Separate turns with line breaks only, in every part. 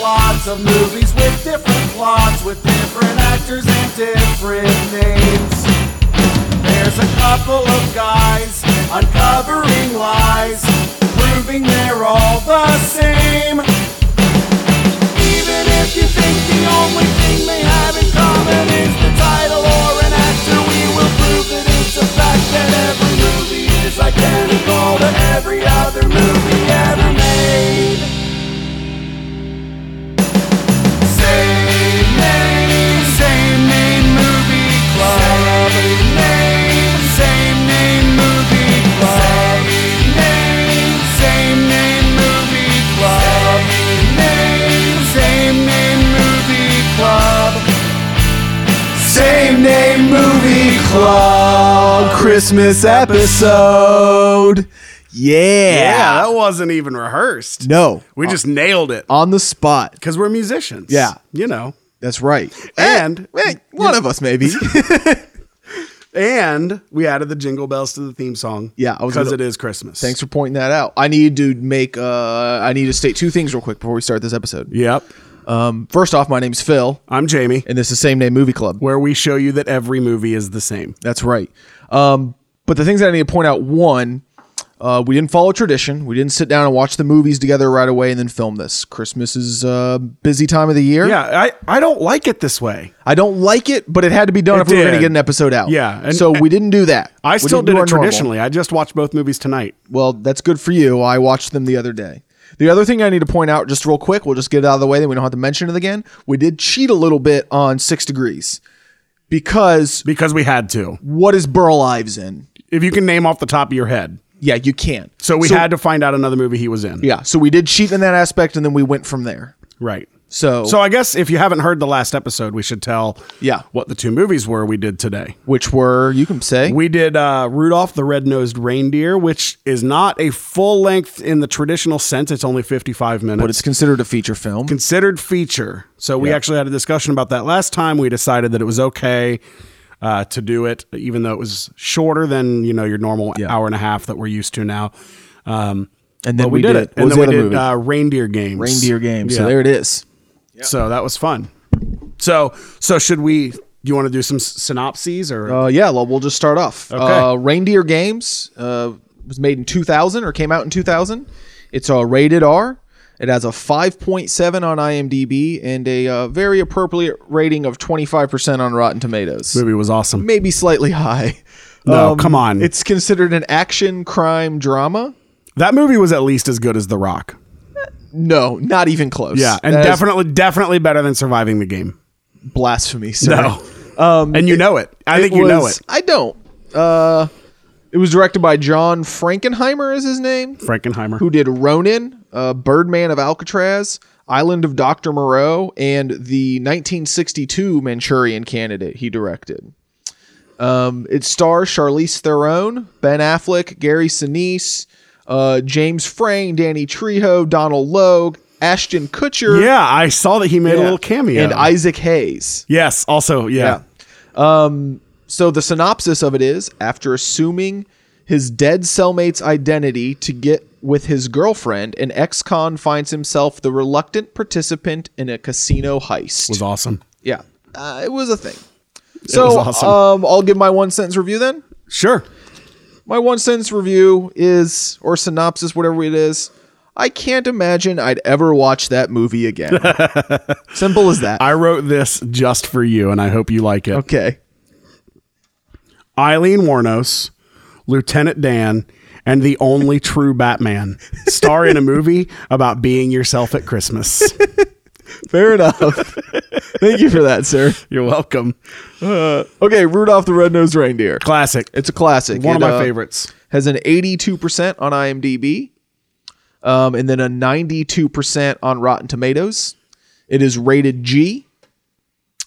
lots of movies with different plots, with different actors and different names. There's a couple of guys uncovering lies, proving they're all the same. Even if you think the only thing they have in common is the title or an actor, we will prove that it's a fact that every movie is identical to every other movie ever made. Same name, same name movie club. Same name, same name movie club. Same name, same name movie club. Same name, same name movie club. Same name movie club. Christmas episode.
Yeah.
Yeah, that wasn't even rehearsed.
No.
We just nailed it
On the spot.
because we're musicians.
Yeah.
you know,
That's right.
and
Eh, one of us maybe.
and we added the jingle bells to the theme song.
Yeah, I was
because it
gonna-
is Christmas.
Thanks for pointing that out. I need to make uh I need to state two things real quick before we start this episode.
Yep,
Um first off, my name's Phil
I'm Jamie,
and this is Same Name Movie Club.
where we show you that every movie is the same.
That's right. Um, but the things that I need to point out one, uh, we didn't follow tradition. We didn't sit down and watch the movies together right away and then film this. Christmas is a busy time of the year.
Yeah, I I don't like it this way.
I don't like it, but it had to be done
It
if we were going
did.
to get an episode out.
Yeah, and-
so we didn't do that.
I
We
still
didn't
did
do
it
our normal.
traditionally. I just watched both movies tonight.
Well, that's good for you. I watched them the other day. The other thing I need to point out, just real quick, we'll just get it out of the way, then we don't have to mention it again. We did cheat a little bit on Six Degrees because
Because we had to.
what is Burl Ives in?
If you can name off the top of your head.
Yeah, you can't.
So we had to find out another movie he was in.
Yeah, so we did cheat in that aspect, and then we went from there.
Right.
So,
So I guess if you haven't heard the last episode, we should tell
Yeah.
what the two movies were we did today.
which were you can say
We did uh, Rudolph the Red-Nosed Reindeer, which is not a full length in the traditional sense. It's only 55 minutes.
but it's considered a feature film.
considered feature. So we actually had a discussion about that last time. We decided that it was okay uh, to do it, even though it was shorter than you know your normal
Yeah.
hour and a half that we're used to now. Um,
And then
but
we did it. What
and
was
then
the
we
other
did
movie?
Uh, Reindeer Games.
Reindeer Game. So
Yeah.
there it is.
So that was fun. So so should we? You want to do some s- synopses or
Uh, yeah, well, we'll just start off.
Okay.
Uh, Reindeer Games uh, was made in 2000 or came out in 2000. It's uh, rated R. It has a 5.7 on IMDb and a uh, very appropriate rating of 25% on Rotten Tomatoes.
movie was awesome?
Maybe slightly high.
No, come on.
um, It's considered an action crime drama.
That movie was at least as good as The Rock.
No, not even close.
Yeah, and
That is
definitely definitely better than surviving the game.
blasphemy. Sir.
No. and you know it. I think
Um, It
you know
was-
it.
I don't. Uh, it was directed by John Frankenheimer, is his name,
Frankenheimer.
who did Ronin, uh, Birdman of Alcatraz, Island of Dr. Moreau, and the 1962 Manchurian Candidate he directed. Um, it stars Charlize Theron, Ben Affleck, Gary Sinise, uh, James Frayne, Danny Trejo, Donald Logue, Ashton Kutcher.
Yeah, I saw that he made a
Yeah.
little cameo.
And Isaac Hayes.
yes, also yeah.
So the synopsis of it is after assuming his dead cellmate's identity to get with his girlfriend, an ex con finds himself the reluctant participant in a casino heist.
was awesome.
yeah. Uh, it was a thing. So
was awesome.
um, I'll give my one sentence review then.
Sure,
My one sentence review is, or synopsis, whatever it is. I can't imagine I'd ever watch that movie again. Simple as that.
I wrote this just for you, and I hope you like it.
okay.
Eileen Warnos, Lieutenant Dan, and the only true Batman star in a movie about being yourself at Christmas.
Fair enough. Thank you for that, sir.
You're welcome.
Okay, Rudolph the Red-Nosed Reindeer.
Classic.
It's a classic.
One of
It,
my
uh,
favorites.
Has an 82% on IMDb, um, and then a 92% on Rotten Tomatoes. It is rated G,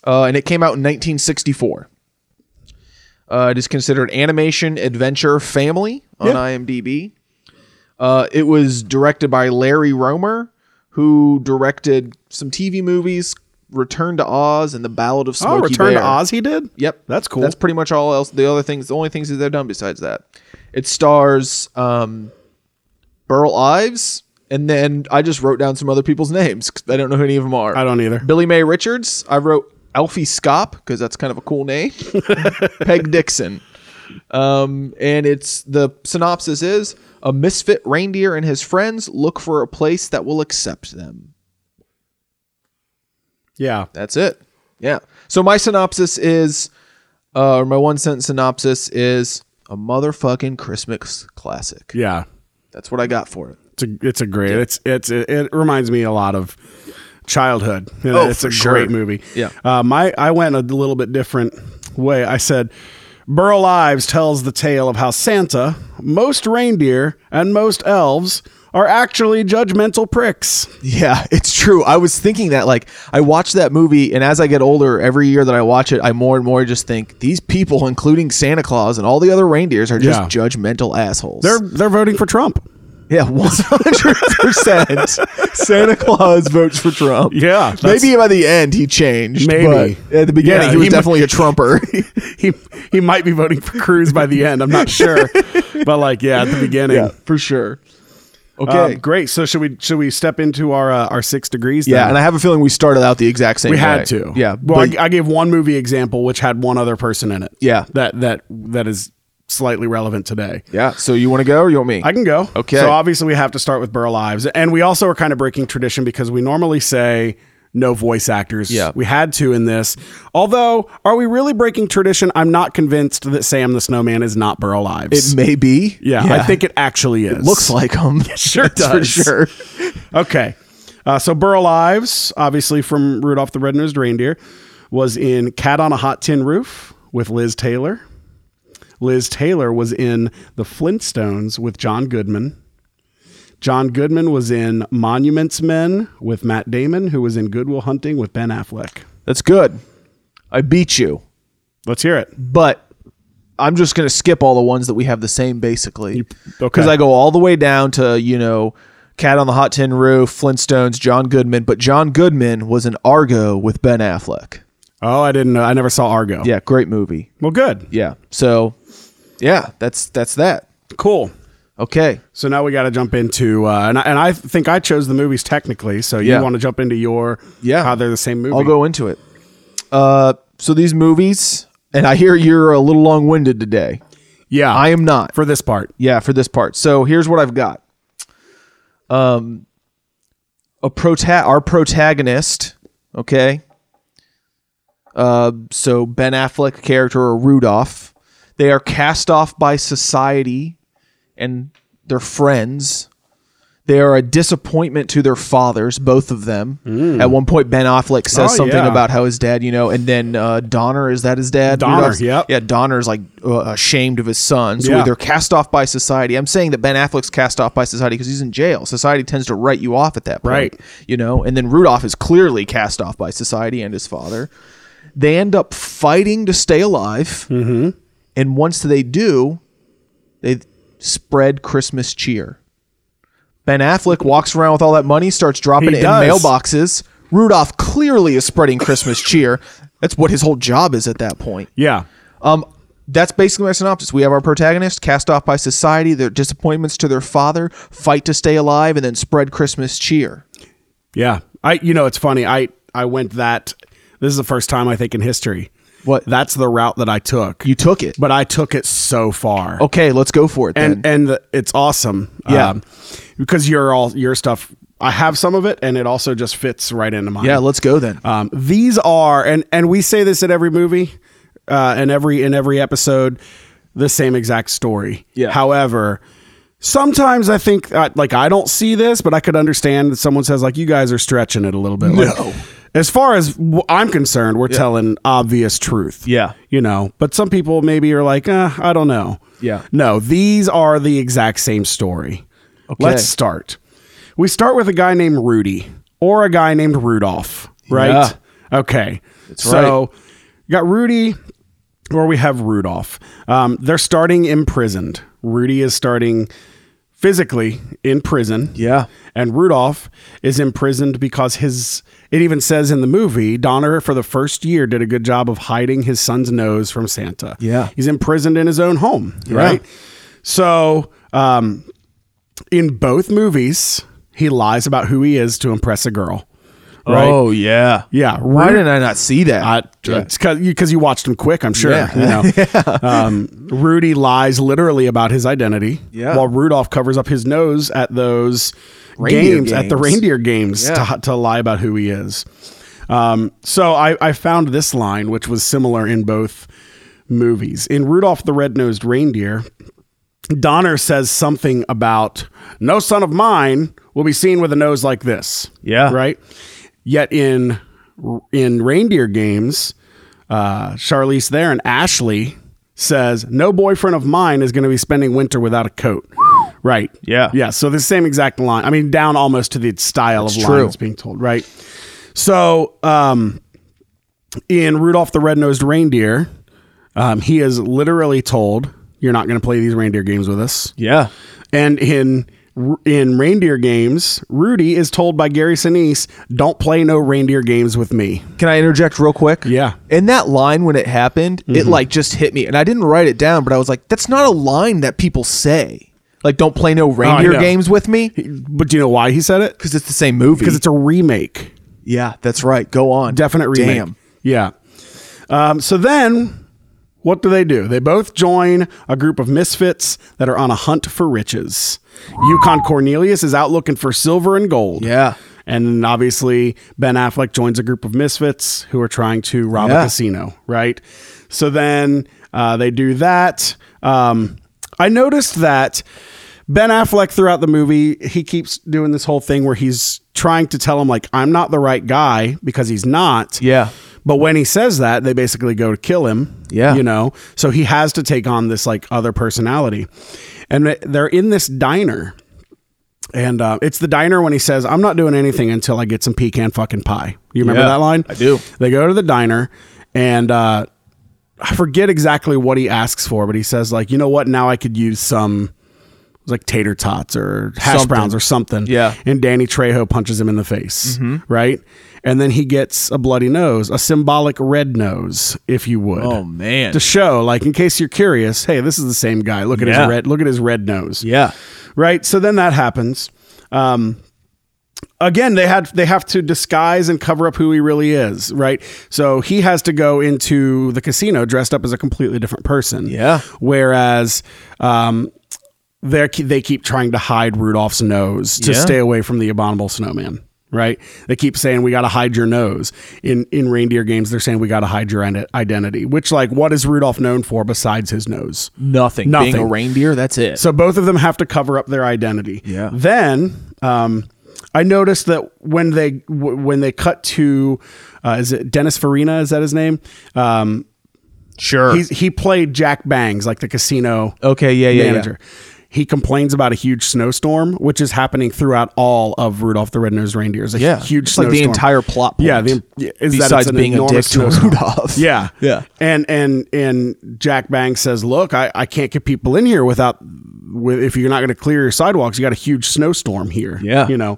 uh, and it came out in 1964. Uh, it is considered animation, adventure, family on
Yeah.
IMDb. Uh, it was directed by Larry Romer, who directed some TV movies, Return to Oz and The Ballad of Smokey
Oh, Return
Bear.
to Oz. He did.
Yep,
That's cool.
That's pretty much all else. The other things, the only things that they've done besides that, it stars um, Burl Ives, And then I just wrote down some other people's names 'cause I don't know who any of them are.
I don't either.
Billy Mae Richards. I wrote Alfie Scop because that's kind of a cool name. Peg Dixon. Um, and it's the synopsis is a misfit reindeer and his friends look for a place that will accept them.
Yeah.
That's it. Yeah. So my synopsis is, uh, or my one sentence synopsis is a motherfucking Christmas classic.
Yeah.
That's what I got for it.
It's a, it's a great. It's it's it, it reminds me a lot of childhood. You know,
Oh,
it's a
for
great
sure.
movie.
Yeah.
Uh, my I went a little bit different way. I said Burl Ives tells the tale of how Santa, most reindeer, and most elves are actually judgmental pricks.
Yeah, it's true. I was thinking that like I watched that movie and as I get older, every year that I watch it, I more and more just think these people, including Santa Claus and all the other reindeers, are just
Yeah.
judgmental assholes.
They're they're voting for Trump.
yeah, one hundred percent. Santa Claus votes for Trump.
Yeah, that's-
maybe by the end he changed.
Maybe.
but at the beginning
Yeah,
he was
he mu-
definitely a Trumper.
he he might be voting for Cruz by the end. I'm not sure, but like yeah, at the beginning.
yeah, for sure.
Um,
Okay.
great. So should we should we step into our uh, our six degrees?
yeah,
then?
and I have a feeling we started out the exact same.
we had
way.
to.
Yeah.
Well,
but-
I, I gave one movie example which had one other person in it.
Yeah.
That that that is slightly relevant today.
yeah. So you want to go or you want me?
I can go.
Okay.
So obviously we have to start with Burl Ives, and we also are kind of breaking tradition because we normally say no voice actors.
Yeah.
We had to in this. Although, are we really breaking tradition? I'm not convinced that Sam the Snowman is not Burl Ives.
it may be.
yeah, I think it actually is.
looks like him.
sure
That's
does.
For sure.
Okay. Uh, so Burl Ives, obviously from Rudolph the Red-Nosed Reindeer, was in Cat on a Hot Tin Roof with Liz Taylor. Liz Taylor was in The Flintstones with John Goodman. John Goodman was in Monuments Men with Matt Damon, who was in Goodwill Hunting with Ben Affleck.
That's good. I beat you,
Let's hear it.
but I'm just going to skip all the ones that we have the same basically. Because
okay.
I go all the way down to, you know, Cat on the Hot Tin Roof, Flintstones, John Goodman, but John Goodman was in Argo with Ben Affleck.
Oh, I didn't know. I never saw Argo.
Yeah, great movie.
Well, good.
Yeah. So, yeah, that's that's that.
Cool.
Okay.
So now we got to jump into, uh, and, I, and I think I chose the movies technically. So you
Yeah.
want to jump into your,
Yeah.
how they're the same movie.
I'll go into it. Uh so these movies and I hear you're a little long-winded today.
Yeah,
I am not.
for this part.
Yeah, for this part. So here's what I've got. Um, a prota- our protagonist, okay. Uh, so Ben Affleck character or Rudolph, they are cast off by society and their friends. They are a disappointment to their fathers, both of them. At one point, Ben Affleck says
Mm. Oh,
something
yeah.
about how his dad, you know, and then uh, Donner is that his dad?
Donner,
Rudolph's-
yep.
Yeah, Donner's like uh, ashamed of his son, so
Yeah.
either cast off by society. I'm saying that Ben Affleck's cast off by society because he's in jail. Society tends to write you off at that point,
Right.
You know, and then Rudolph is clearly cast off by society and his father. They end up fighting to stay alive, mm-hmm. and once they do, they spread Christmas cheer. Ben Affleck walks around with all that money, starts dropping
He
it
does.
in mailboxes. Rudolph clearly is spreading Christmas cheer. That's what his whole job is at that point.
Yeah,
Um, that's basically my synopsis. We have our protagonist cast off by society, their disappointments to their father, fight to stay alive, and then spread Christmas cheer.
yeah. I, you know, it's funny. I, I went that. This is the first time I think in history.
What?
That's the route that I took.
You took it.
but I took it so far.
Okay, let's go for it
and
then.
and the, it's awesome. Um,
Yeah.
because your all your stuff. I have some of it, and it also just fits right into mine.
yeah, let's go then.
Um, these are, and and we say this in every movie, uh, in every in every episode, the same exact story.
Yeah.
However, sometimes I think uh, like I don't see this, but I could understand that someone says like you guys are stretching it a little bit. No. as far as w- I'm concerned, we're telling obvious truth.
Yeah.
You know, but some people maybe are like, uh, I don't know.
Yeah.
No, these are the exact same story. Let's start. We start with a guy named Rudy or a guy named Rudolph, right? Okay. so you got Rudy or we have Rudolph. Um, they're starting imprisoned. Rudy is starting physically in prison.
Yeah.
And Rudolph is imprisoned because his, it even says in the movie, Donner for the first year did a good job of hiding his son's nose from Santa.
Yeah.
He's imprisoned in his own home, right? So um, in both movies, He lies about who he is to impress a girl. Right?
Oh yeah.
yeah.
Why
Rue-
did I not see that?
I,
Yeah.
It's because you, 'cause you watched him quick, I'm sure.
Yeah.
You know? um, Rudy lies literally about his identity
Yeah.
while Rudolph covers up his nose at those
Reindeer
games, at the
games.
reindeer games
Yeah.
to, to lie about who he is. Um, so I, I found this line, which was similar in both movies. In Rudolph the Red-Nosed Reindeer, Donner says something about no son of mine will be seen with a nose like this.
Yeah.
Right. Yet in in reindeer games, uh, Charlize there and Ashley says no boyfriend of mine is going to be spending winter without a coat. Right.
Yeah.
Yeah. So the same exact line. I mean, down almost to the style of line
true.
that's being told. Right. So um, in Rudolph the Red-Nosed Reindeer, um, he is literally told, "You're not going to play these reindeer games with us."
yeah.
And in in reindeer games, Rudy is told by Gary Sinise, "Don't play no reindeer games with me."
Can I interject real quick?
Yeah. Mm-hmm.
And that line when it happened, it like just hit me, and I didn't write it down, but I was like, that's not a line that people say. Like, don't play no reindeer
Oh, know.
games with me because
But do you know why he said it?
it's the same movie.
Because it's a remake,
yeah, that's right. Go on.
definite remake.
Damn.
Yeah. Um, so then, what do they do? They both join a group of misfits that are on a hunt for riches. Yukon Cornelius is out looking for silver and gold.
Yeah.
And obviously, Ben Affleck joins a group of misfits who are trying to rob a
Yeah.
casino, right? So then uh, they do that. Um, I noticed that Ben Affleck throughout the movie, he keeps doing this whole thing where he's trying to tell him, like, I'm not the right guy because he's not.
Yeah.
But when he says that, they basically go to kill him.
Yeah.
You know, so he has to take on this like other personality. And they- they're in this diner. And uh, it's the diner when he says, I'm not doing anything until I get some pecan fucking pie. You remember
Yeah,
that line?
I do.
They go to the diner and uh, I forget exactly what he asks for, but he says, like, you know what? Now I could use some. It was like tater tots or hash
Something.
browns or something.
Yeah.
And Danny Trejo punches him in the face.
Mm-hmm.
Right. And then he gets a bloody nose, a symbolic red nose, if you would.
Oh man.
To show, like, in case you're curious, hey, this is the same guy. Look at
Yeah.
his red look at his red nose.
yeah.
Right. So then that happens. Um again they had they have to disguise and cover up who he really is right so he has to go into the casino dressed up as a completely different person
Yeah.
whereas um they they keep trying to hide Rudolph's nose to
Yeah.
stay away from the abominable snowman. Right? They keep saying we got to hide your nose. In in reindeer games, they're saying we got to hide your ide- identity. Which, like, what is Rudolph known for besides his nose?
Nothing.
Nothing.
Being a reindeer, that's it.
So both of them have to cover up their identity.
Yeah.
Then um, I noticed that when they w- when they cut to uh, is it Dennis Farina? Is that his name? Um,
sure.
he's, he played Jack Bangs, like the casino
okay. Yeah. Yeah.
manager. He complains about a huge snowstorm, which is happening throughout all of Rudolph the Red-Nosed Reindeer. It's a
Yeah.
huge
It's like
snowstorm.
the entire plot point.
Yeah, the, yeah, is that
Besides
it's an
being a dick
enormous
to
snowstorm.
Rudolph.
Yeah.
Yeah.
And and and Jack Bang says, "Look, I, I can't get people in here without with if you're not going to clear your sidewalks, you got a huge snowstorm here."
Yeah.
You know.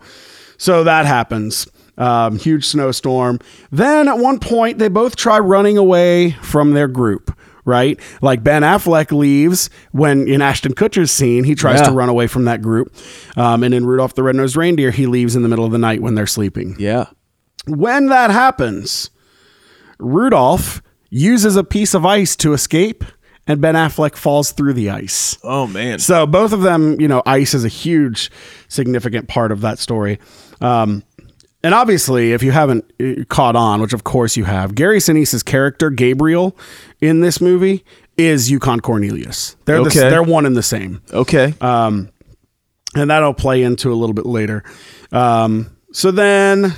So that happens. Um, huge snowstorm. Then at one point they both try running away from their group, right? Like Ben Affleck leaves when in Ashton Kutcher's scene, he tries
Yeah.
to run away from that group. Um, and in Rudolph the Red-Nosed Reindeer, he leaves in the middle of the night when they're sleeping.
Yeah.
When that happens, Rudolph uses a piece of ice to escape, and Ben Affleck falls through the ice.
Oh man.
So both of them, you know, ice is a huge, significant part of that story. Um, and obviously, if you haven't uh, caught on, which of course you have, Gary Sinise's character Gabriel in this movie is Yukon Cornelius. They're the,
Okay.
they're one and the same
Okay.
and that'll play into a little bit later. Um, so then,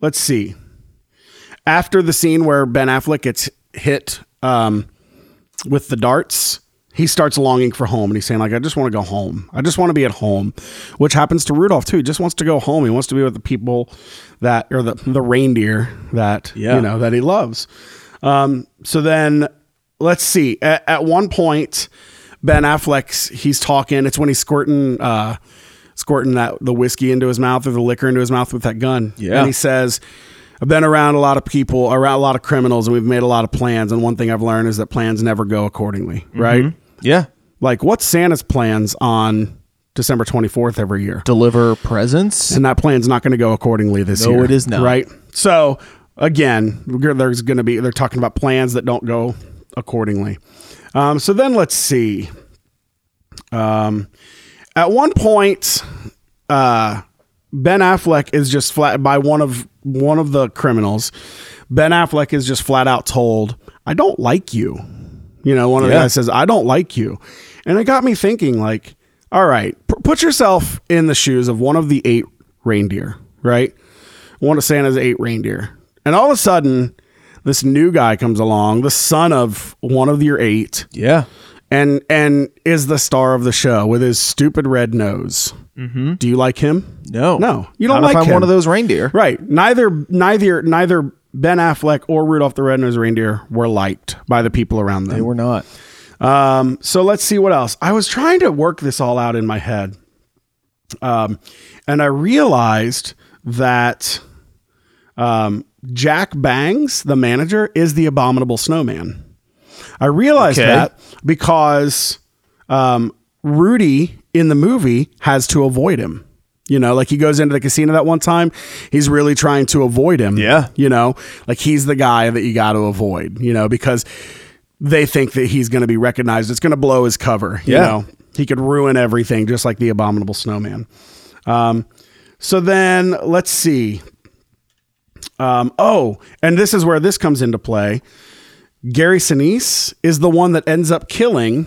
let's see. After the scene where Ben Affleck gets hit um, with the darts, he starts longing for home, and he's saying like, "I just want to go home. I just want to be at home," which happens to Rudolph too. He just wants to go home. He wants to be with the people that, or the the reindeer that
Yeah.
you know that he loves. Um, so then let's see. At, at one point, Ben Affleck's he's talking. It's when he's squirting, uh, squirting that the whiskey into his mouth or the liquor into his mouth with that gun.
Yeah.
and he says. I've been around a lot of people, around a lot of criminals, and we've made a lot of plans. And one thing I've learned is that plans never go accordingly, right?
yeah.
Like, what's Santa's plans on December 24th every year.
Deliver presents.
And that plan's not going to go accordingly this
No,
year.
it is not.
Right? So, again, we're- there's going to be, they're talking about plans that don't go accordingly. Um, so then let's see. Um, at one point, uh, Ben Affleck is just flat by one of one of the criminals. Ben Affleck is just flat out told, "I don't like you." You know, one of the
Yeah.
guys says, "I don't like you," and it got me thinking. Like, all right, p- put yourself in the shoes of one of the eight reindeer, right? One of Santa's eight reindeer, and all of a sudden, this new guy comes along, the son of one of your eight,
Yeah.
and and is the star of the show with his stupid red nose.
Mm-hmm.
Do you like him?
No.
No, you don't
Not
like
if I'm
him.
one of those reindeer.
Right. Neither neither neither Ben Affleck or Rudolph the Red-Nosed Reindeer were liked by the people around them.
They were not.
Um, so let's see what else. I was trying to work this all out in my head. Um, and I realized that um, Jack Bangs, the manager, is the abominable snowman. I realized
Okay.
that because um, Rudy in the movie has to avoid him. You know, like he goes into the casino that one time, he's really trying to avoid him.
Yeah.
You know, like he's the guy that you got to avoid, you know, because they think that he's going to be recognized. It's going to blow his cover. You
Yeah.
know, he could ruin everything just like the abominable snowman. Um, so then let's see. Um, oh, and this is where this comes into play. Gary Sinise is the one that ends up killing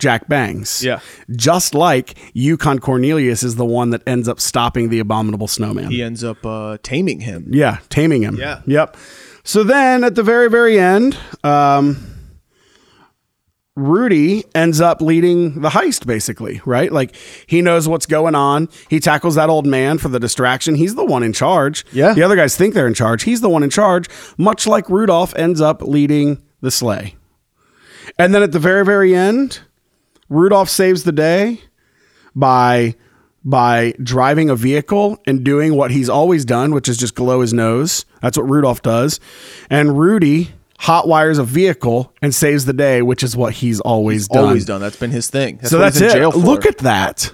Jack Bangs.
Yeah.
Just like Yukon Cornelius is the one that ends up stopping the abominable snowman.
He ends up uh, taming him.
Yeah, taming him.
Yeah.
Yep. So then at the very, very end, um, Rudy ends up leading the heist, basically, right? Like he knows what's going on. He tackles that old man for the distraction. He's the one in charge.
Yeah.
The other guys think they're in charge. He's the one in charge, much like Rudolph ends up leading the sleigh. And then at the very, very end, Rudolph saves the day by by driving a vehicle and doing what he's always done, which is just glow his nose. That's what Rudolph does. And Rudy hotwires a vehicle and saves the day, which is what he's always done.
Always done. That's been his thing. That's
So
what he's
that's
in
it.
Jail for.
Look at that.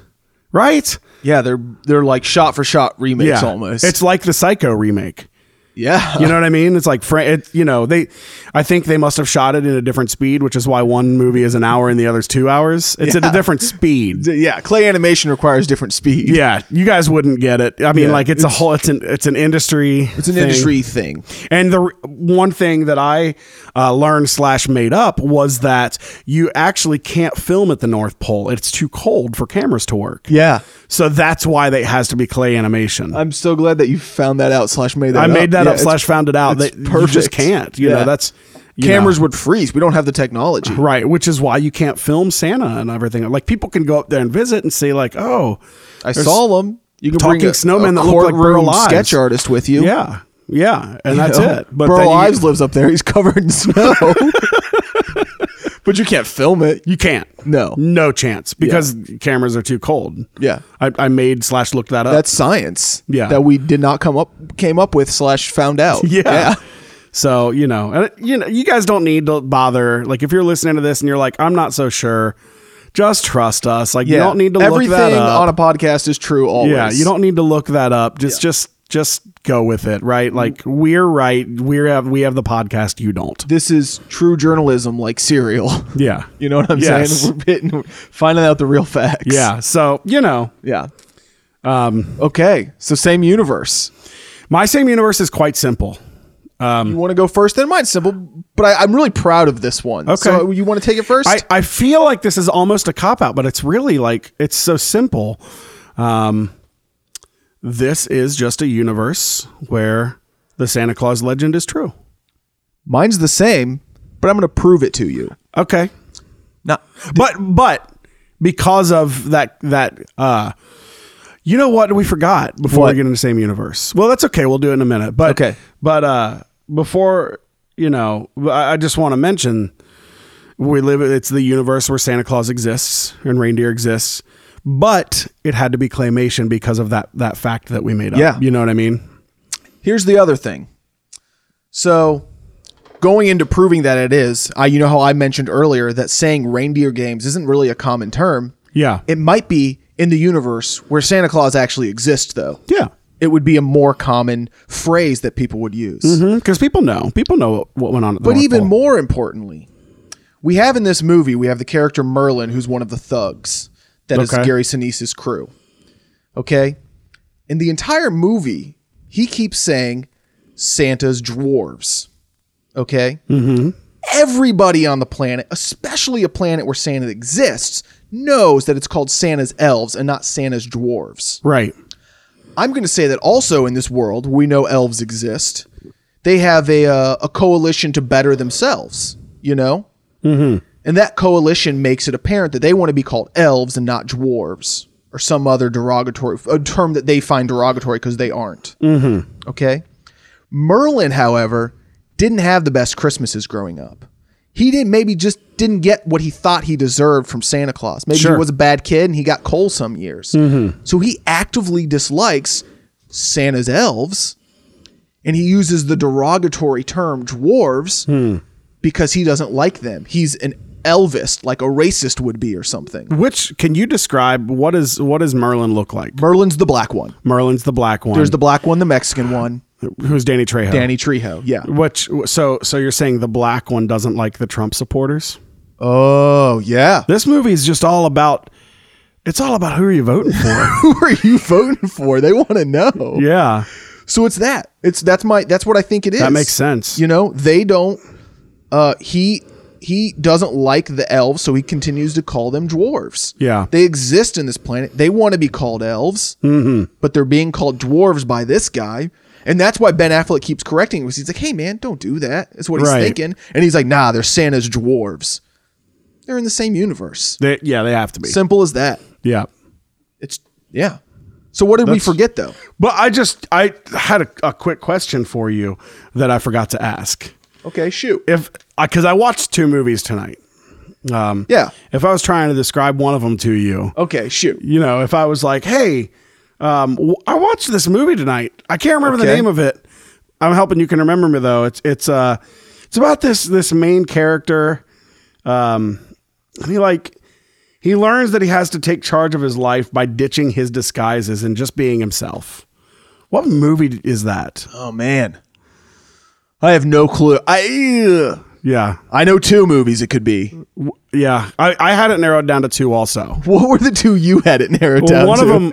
Right?
yeah. They're they're like shot for shot remakes almost.
It's like the Psycho remake.
yeah.
You know what I mean? It's like Fra- it, you know, they I think they must have shot it in a different speed, which is why one movie is an hour and the other's 2 hours. It's at a different speed.
yeah. Clay animation requires different speed.
Yeah, you guys wouldn't get it. I mean,
Yeah,
like it's, a whole, it's an it's an industry.
It's an industry thing.
And the r- one thing that I uh, learned slash made up was that you actually can't film at the North Pole. It's too cold for cameras to work.
Yeah.
So that's why that has to be clay animation.
I'm so glad that you found that out slash made that
I
up.
made that
Yeah,
up
it's-
slash found it out.
it's
That you just
perfect.
can't. You know,
Yeah.
that's you
cameras
know.
would freeze. We don't have the technology.
Right, which is why you can't film Santa and everything. Like people can go up there and visit and see, like, oh,
I
there's-
saw them. You can
talking
bring a,
snowmen
a
that look like
courtroom
Burl Ives.
sketch artist with you.
yeah, yeah, and
You
that's
know?
it. But then
Burl
you-
Ives lives up there. He's covered in snow. but you can't film it.
You can't.
No.
No chance because cameras are too cold.
Yeah.
I, I made slash looked that up.
That's science.
Yeah.
That we did not come up came up with slash found out.
yeah. So, you know, and it- you know, you guys don't need to bother. Like if you're listening to this and you're like, I'm not so sure, just trust us. Like you don't need to
Everything
look that up.
on a podcast is true always.
yeah, you don't need to look that up. Just just just go with it,
Mm.
right? Like we're right. We're have we have the podcast, you don't.
This is true journalism like serial.
Yeah.
You know what I'm
Yes.
saying? We're hitting, we're finding out the real facts.
Yeah. So, you know,
Yeah. Um, okay. So same universe.
my same universe is quite simple. Um,
you want to go first? Then mine's simple, but I, I'm really proud of this one.
Okay.
So you want to take it first?
I, I feel like this is almost a cop out, but it's really like it's so simple. Um, this is just a universe where the Santa Claus legend is true.
Mine's the same, but I'm going to prove it to you.
Okay,
Not
but but because of that that uh, you know what we forgot before
What?
we get into the same universe. Well, that's okay. We'll do it in a minute. But
Okay.
but uh, before you know, I, I just want to mention we live it's the universe where santa claus exists and reindeer exists but it had to be claymation because of that that fact that we made up
Yeah.
you know what i mean
Here's the other thing. So, going into proving that it is, I you know how I mentioned earlier that saying reindeer games isn't really a common term.
yeah
It might be in the universe where Santa Claus actually exists, though,
Yeah.
it would be a more common phrase that people would use.
Because Mm-hmm. people know. People know what went on at the
But
North
even
Pole.
Mm-hmm. more importantly, we have in this movie we have the character Merlin, who's one of the thugs that is
Okay.
Gary Sinise's crew. Okay, in the entire movie, he keeps saying Santa's dwarves. Okay, mm-hmm. everybody on the planet, especially a planet where Santa exists, knows that it's called Santa's elves and not Santa's dwarves.
Right.
I'm going to say that also in this world, we know elves exist. They have a uh, a coalition to better themselves, you know, mm-hmm. and that coalition makes it apparent that they want to be called elves and not dwarves or some other derogatory a term that they find derogatory because they aren't. Mm-hmm. Okay, Merlin, however, didn't have the best Christmases growing up. He didn't maybe just didn't get what he thought he deserved from Santa Claus. Maybe
Sure.
he was a bad kid and he got cold some years. So he actively dislikes Santa's elves and he uses the derogatory term dwarves because he doesn't like them. He's an elvist, like a racist would be or something.
Which can you describe what is what does Merlin look like?
Merlin's the black one.
Merlin's the black one.
There's the black one, the Mexican one,
who's Danny Trejo.
Danny Trejo. Yeah.
Which so so you're saying the black one doesn't like the Trump supporters?
Oh, yeah.
This movie is just all about it's all about who are you voting for?
Who are you voting for? They want to know.
yeah.
So it's that. It's that's my that's what I think it is.
That makes sense.
You know, they don't uh he he doesn't like the elves, so he continues to call them dwarves.
Yeah.
They exist in this planet. They want to be called elves, mm-hmm. but they're being called dwarves by this guy. And that's why Ben Affleck keeps correcting him. because He's like, hey, man, don't do that. That's what he's
Right.
thinking. And he's like, nah, they're Santa's dwarves. They're in the same universe.
They, yeah, they have to be.
Simple as that.
yeah.
It's, yeah. So what did we
That's-
forget, though?
But I just I had a, a quick question for you that I forgot to ask.
Okay, shoot.
If I cuz I watched two movies tonight. Um
Yeah.
if I was trying to describe one of them to you,
Okay, shoot.
you know, if I was like, "Hey, um w- I watched this movie tonight. I can't remember the
Okay.
name of it. I'm hoping you can remember me though. It's it's uh it's about this this main character um and he like he learns that he has to take charge of his life by ditching his disguises and just being himself. What movie is that?
Oh man, I have no clue. I ugh.
Yeah.
I know two movies it could be.
Yeah. I, I had it narrowed down to two also.
What were the two you had it narrowed down?
one of
to?
them,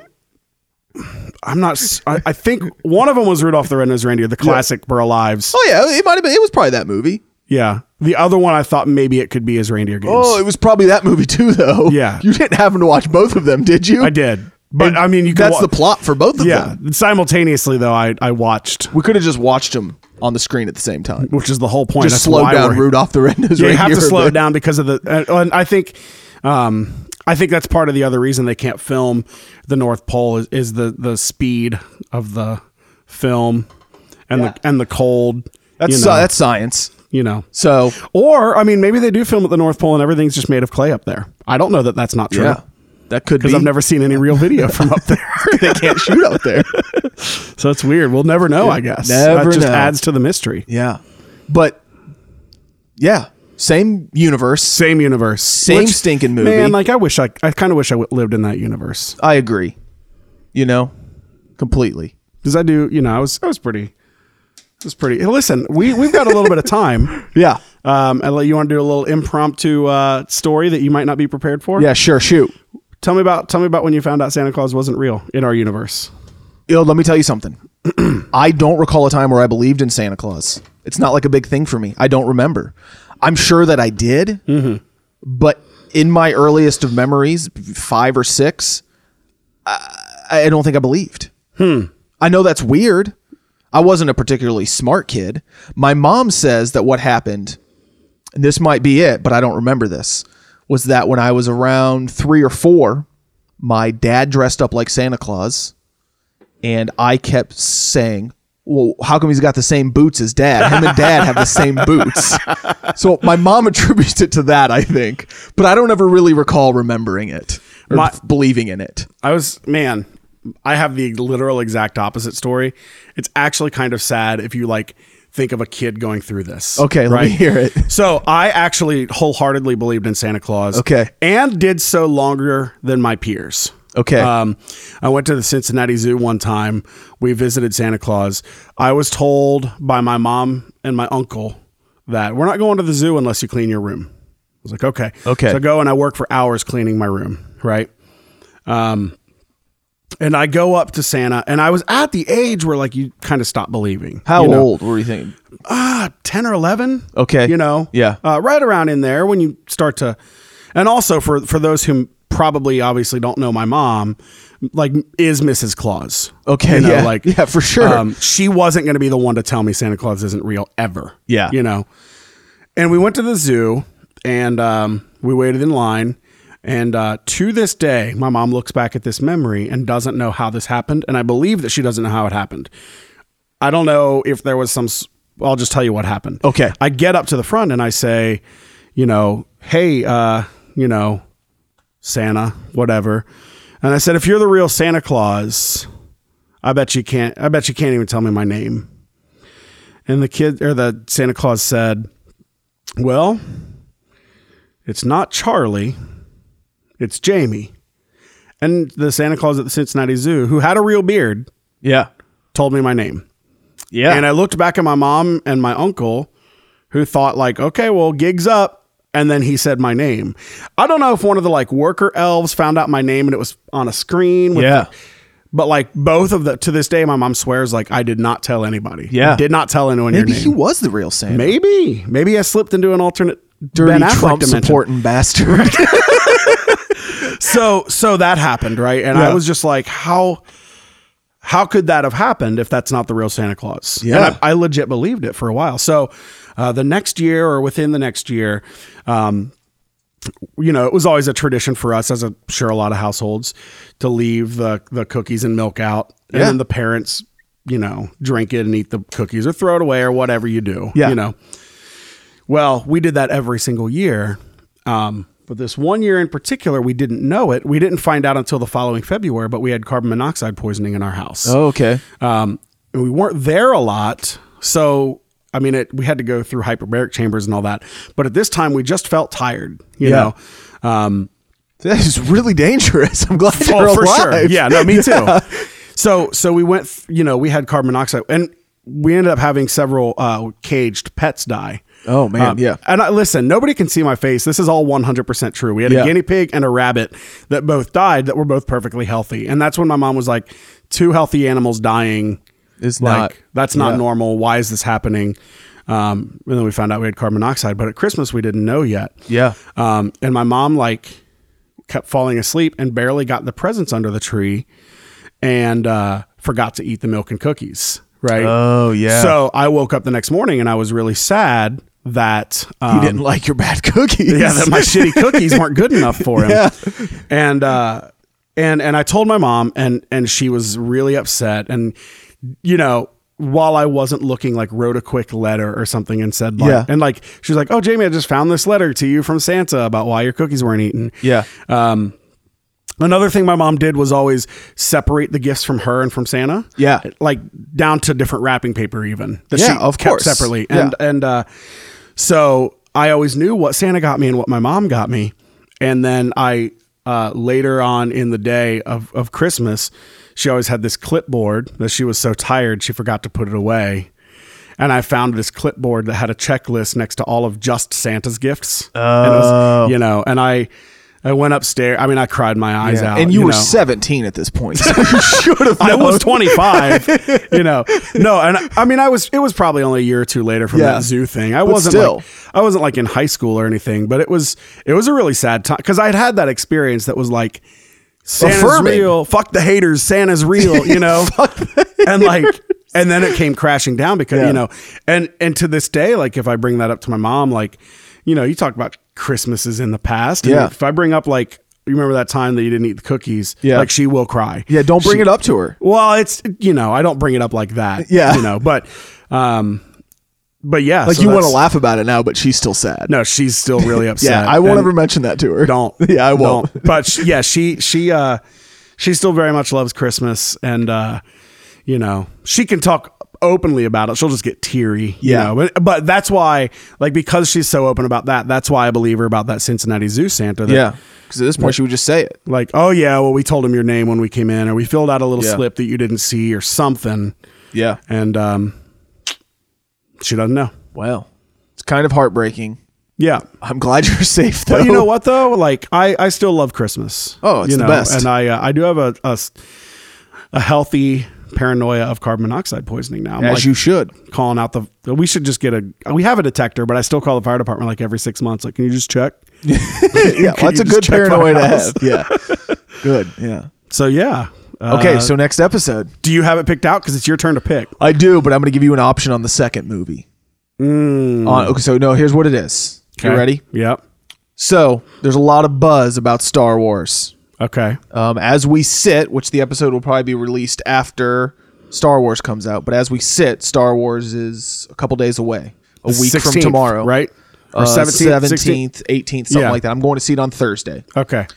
I'm not, s- I, I think one of them was Rudolph the Red-Nosed Reindeer, the classic Burl Lives.
Oh yeah, it might have been. It was probably that movie.
Yeah. The other one I thought maybe it could be his Reindeer Games.
Oh, it was probably that movie too, though.
Yeah.
you didn't happen to watch both of them, did you?
I did. But I mean, you could
That's
wa-
the plot for both of
Yeah.
them.
Simultaneously, though, I, I watched,
We could have just watched them on the screen at the same time.
which is the whole point.
Just
That's
slow
why
down
we're-
Rudolph the Red-Nosed
Yeah, you
Reindeer.
have to slow
but-
it down because of the. uh, and I think, um, I think that's part of the other reason they can't film the North Pole is, is the the speed of the film and
Yeah.
the and the cold.
That's
you
sci-
know,
that's science.
you know.
So
Or I mean, maybe they do film at the North Pole and everything's just made of clay up there. I don't know that that's not true
yeah,
because
that could be.
I've never seen any real video from up there.
they can't shoot out there.
so it's weird. We'll never know, I guess.
Never
that just
know.
adds to the mystery.
Yeah, but yeah, same universe.
Same universe,
Same stinking movie.
Man, like I wish I, I kind of wish I w- lived in that universe.
I agree. You know, completely.
because I do. You know, I was I was pretty. I was pretty. Hey, Listen, we we've got a little bit of time.
Yeah.
Um, and you want to do a little impromptu uh, story that you might not be prepared for?
Yeah, sure, shoot.
Tell me about tell me about when you found out Santa Claus wasn't real in our universe.
Yo, let me tell you something. I don't recall a time where I believed in Santa Claus. It's not like a big thing for me. I don't remember. I'm sure that I did, but in my earliest of memories, five or six, I, I don't think I believed. I know that's weird. I wasn't a particularly smart kid. My mom says that what happened, and this might be it, but I don't remember this, was that when I was around three or four, my dad dressed up like Santa Claus, and I kept saying, well, how come he's got the same boots as dad? Him and dad have the same boots. So my mom attributes it to that, I think, but I don't ever really recall remembering it or
My-
believing in it.
I was man. I have the literal exact opposite story. It's actually kind of sad if you like think of a kid going through this.
Okay, let me hear it.
So I actually wholeheartedly believed in Santa Claus.
Okay.
And did so longer than my peers.
Okay.
Um, I went to the Cincinnati Zoo one time. We visited Santa Claus. I was told by my mom and my uncle that we're not going to the zoo unless you clean your room. I was like, okay,
Okay.
So I go and I work for hours cleaning my room, right? Um, and I go up to Santa, and I was at the age where like you kind of stop believing.
How
you know?
old were you thinking?
Ah, ten or eleven.
Okay.
you know,
Yeah.
uh, right around in there when you start to, and also for for those who probably obviously don't know my mom, like is Mrs. Claus.
Okay,
you know,
yeah. Yeah, for sure.
Um, she wasn't going to be the one to tell me Santa Claus isn't real ever.
Yeah.
you know. And we went to the zoo, and um, we waited in line. And uh, to this day, my mom looks back at this memory and doesn't know how this happened. And I believe that she doesn't know how it happened. I don't know if there was some. s- I'll just tell you what happened.
Okay.
I get up to the front and I say, you know, hey, uh, you know, Santa, whatever. And I said, if you're the real Santa Claus, I bet you can't. I bet you can't even tell me my name. And the kid or the Santa Claus said, well, it's not Charlie, it's Jamie. And the Santa Claus at the Cincinnati Zoo, who had a real beard,
Yeah.
told me my name.
Yeah.
And I looked back at my mom and my uncle, who thought like, okay, well, gigs up. And then he said my name. I don't know if one of the like worker elves found out my name and it was on a screen. With
yeah.
but like both of the to this day, my mom swears like I did not tell anybody.
Yeah.
I did not tell anyone
Maybe
your
he
name.
was the real Santa.
Maybe maybe I slipped into an alternate
Dirty
Ben Affleck
Trump
dimension.
supporting bastard.
So so that happened right, and
Yeah.
I was just like how. How could that have happened if that's not the real Santa Claus? And
Yeah.
I, I legit believed it for a while. So, uh, the next year or within the next year, um, you know, it was always a tradition for us, as I'm sure a lot of households, to leave the the cookies and milk out, and
Yeah.
then the parents, you know, drink it and eat the cookies or throw it away or whatever you do.
Yeah.
You know. Well, we did that every single year. Um, but this one year in particular, we didn't know it. We didn't find out until the following February, but we had carbon monoxide poisoning in our house.
oh, okay.
Um, and we weren't there a lot. So, I mean, it, we had to go through hyperbaric chambers and all that. But at this time, we just felt tired, you
Yeah.
know? Um,
That is really dangerous. I'm glad you're
oh,
alive.
for sure. Yeah, no, me too. So, so we went, th- you know, we had carbon monoxide and we ended up having several uh, caged pets die.
Oh man,
Um,
yeah.
And I, listen, nobody can see my face. This is all 100% true. We had
Yeah.
a guinea pig and a rabbit that both died that were both perfectly healthy. And that's when my mom was like, two healthy animals dying.
It's
like,
not-
that's not
yeah.
normal. Why is this happening? Um, and then we found out we had carbon monoxide, but at Christmas we didn't know yet.
Yeah.
Um, and my mom like kept falling asleep and barely got the presents under the tree and uh, forgot to eat the milk and cookies. Right.
Oh, yeah.
So I woke up the next morning and I was really sad that
He
um,
didn't like your bad cookies.
yeah, that my shitty cookies weren't good enough for him.
Yeah.
And uh and and I told my mom and and she was really upset and you know while I wasn't looking, like wrote a quick letter or something and said, like,
Yeah.
and like she was like, "Oh, Jamie, I just found this letter to you from Santa about why your cookies weren't eaten."
Yeah.
Um, another thing my mom did was always separate the gifts from her and from Santa.
Yeah.
like down to different wrapping paper, even that
Yeah,
she
of
kept
course.
separately.
Yeah.
And and uh, so I always knew what Santa got me and what my mom got me, and then I uh, later on in the day of of Christmas, she always had this clipboard that she was so tired she forgot to put it away. And I found this clipboard that had a checklist next to all of just Santa's gifts. Oh. And it was, you know, and I I went upstairs. I mean, I cried my eyes out.
and you, were
know.
17 at this point. So you should have.
I
known.
was 25, you know. No, and I- I mean, I was. It was probably only a year or two later from
Yeah.
that zoo thing. I wasn't.
still.
Like, I wasn't like in high school or anything, but it was. It was a really sad time because I had had that experience that was like Santa's
Affirming.
real. Fuck the haters. Santa's real. You know, and like, and then it came crashing down because
Yeah.
you know, and and to this day, like if I bring that up to my mom, like, you know, you talk about Christmases in the past. and
Yeah.
If I bring up like. You remember that time that you didn't eat the cookies?
Yeah.
Like she will cry.
Yeah, don't bring
She-
it up to her.
well, it's you know, I don't bring it up like that.
Yeah.
You know, but um but yeah.
Like
so
you want to
that's-
laugh about it now, but she's still sad.
No, she's still really upset.
yeah, I won't
And
ever mention that to her.
don't.
Yeah, I won't.
don't. But sh- yeah, she she uh she still very much loves Christmas and uh you know, she can talk openly about it, she'll just get teary.
Yeah.
You know? but, but that's why, like, because she's so open about that, that's why I believe her about that Cincinnati Zoo Santa. That,
Yeah. Because at this point, she would just say it.
Like, oh, yeah, well, we told him your name when we came in, or we filled out a little
Yeah.
slip that you didn't see, or something.
Yeah.
And um, she doesn't know.
Wow. It's kind of heartbreaking.
Yeah.
I'm glad you're safe, though.
But you know what though? Like I, I still love Christmas.
Oh, it's
you
the
know,
best.
And I, uh, I do have a, a, s- a healthy paranoia of carbon monoxide poisoning now. I'm
As
like
you should.
calling out the. We should just get a. We have a detector, but I still call the fire department like every six months. Like, can you just check?
Yeah.
Can
That's
you
a
just
good
check my
paranoia to
house?
have. Yeah. good. Yeah.
So yeah. Uh,
Okay. so next episode.
do you have it picked out? Because it's your turn to pick.
I do, but I'm going to give you an option on the second movie. Uh, okay, so no, here's what it is. You
Mm. Okay.
ready?
Yep.
So there's a lot of buzz about Star Wars.
Okay.
Um, as we sit, which the episode will probably be released after Star Wars comes out, but as we sit, Star Wars is a couple days away, a week
16th,
from tomorrow,
right?
Or
17th, 16th?
seventeenth, eighteenth, something
Yeah.
like that. I'm going to see it on Thursday.
Okay.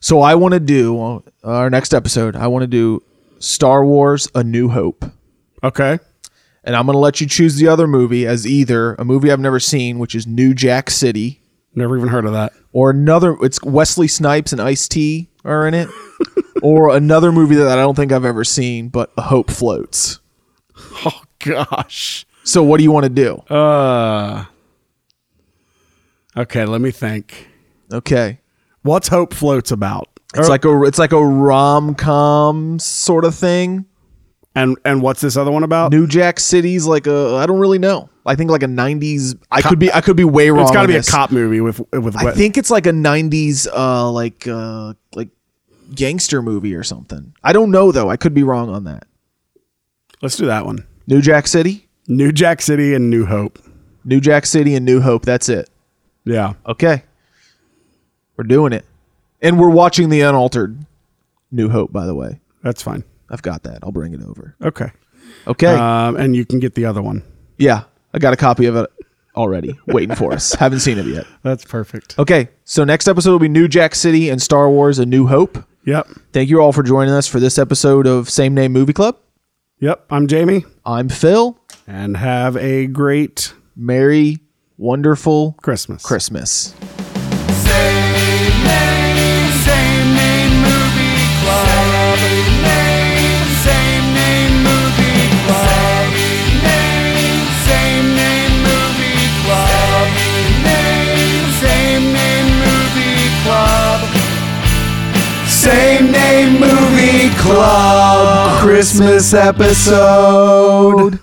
So I want to do uh, our next episode. I want to do Star Wars: A New Hope.
Okay.
And I'm going to let you choose the other movie as either a movie I've never seen, which is New Jack City,
Never even heard of that.
or another. It's Wesley Snipes and Ice T are in it, or another movie that I don't think I've ever seen, but A Hope Floats.
Oh gosh.
So what do you want to do?
Uh. Okay. Let me think.
Okay,
What's Hope Floats about?
it's like a it's like a rom com sort of thing.
and and what's this other one about?
New Jack City's like a I don't really know. I think like a '90s. I could be I could be way wrong.
it's got to
on
be a
this.
cop movie with with.
I think it's like a '90s, uh, like uh, like gangster movie or something. I don't know though. I could be wrong on that.
Let's do that one.
New Jack City,
New Jack City and New Hope.
New Jack City, and New Hope. That's it.
Yeah.
Okay, we're doing it, and we're watching the unaltered New Hope. By the way,
That's fine.
I've got that. I'll bring it over.
Okay.
Okay,
Um, and you can get the other one.
yeah, I got a copy of it already, waiting for us. Haven't seen it yet.
That's perfect.
Okay, so next episode will be New Jack City and Star Wars: A New Hope.
Yep.
Thank you all for joining us for this episode of Same Name Movie Club.
Yep. I'm Jamie.
I'm Phil.
And have a great
Merry, wonderful
Christmas.
Christmas.
Same name, same name movie club. Same name, same name movie club. Same name, same name movie club. Same name, same name movie club. Same name movie club. Christmas episode.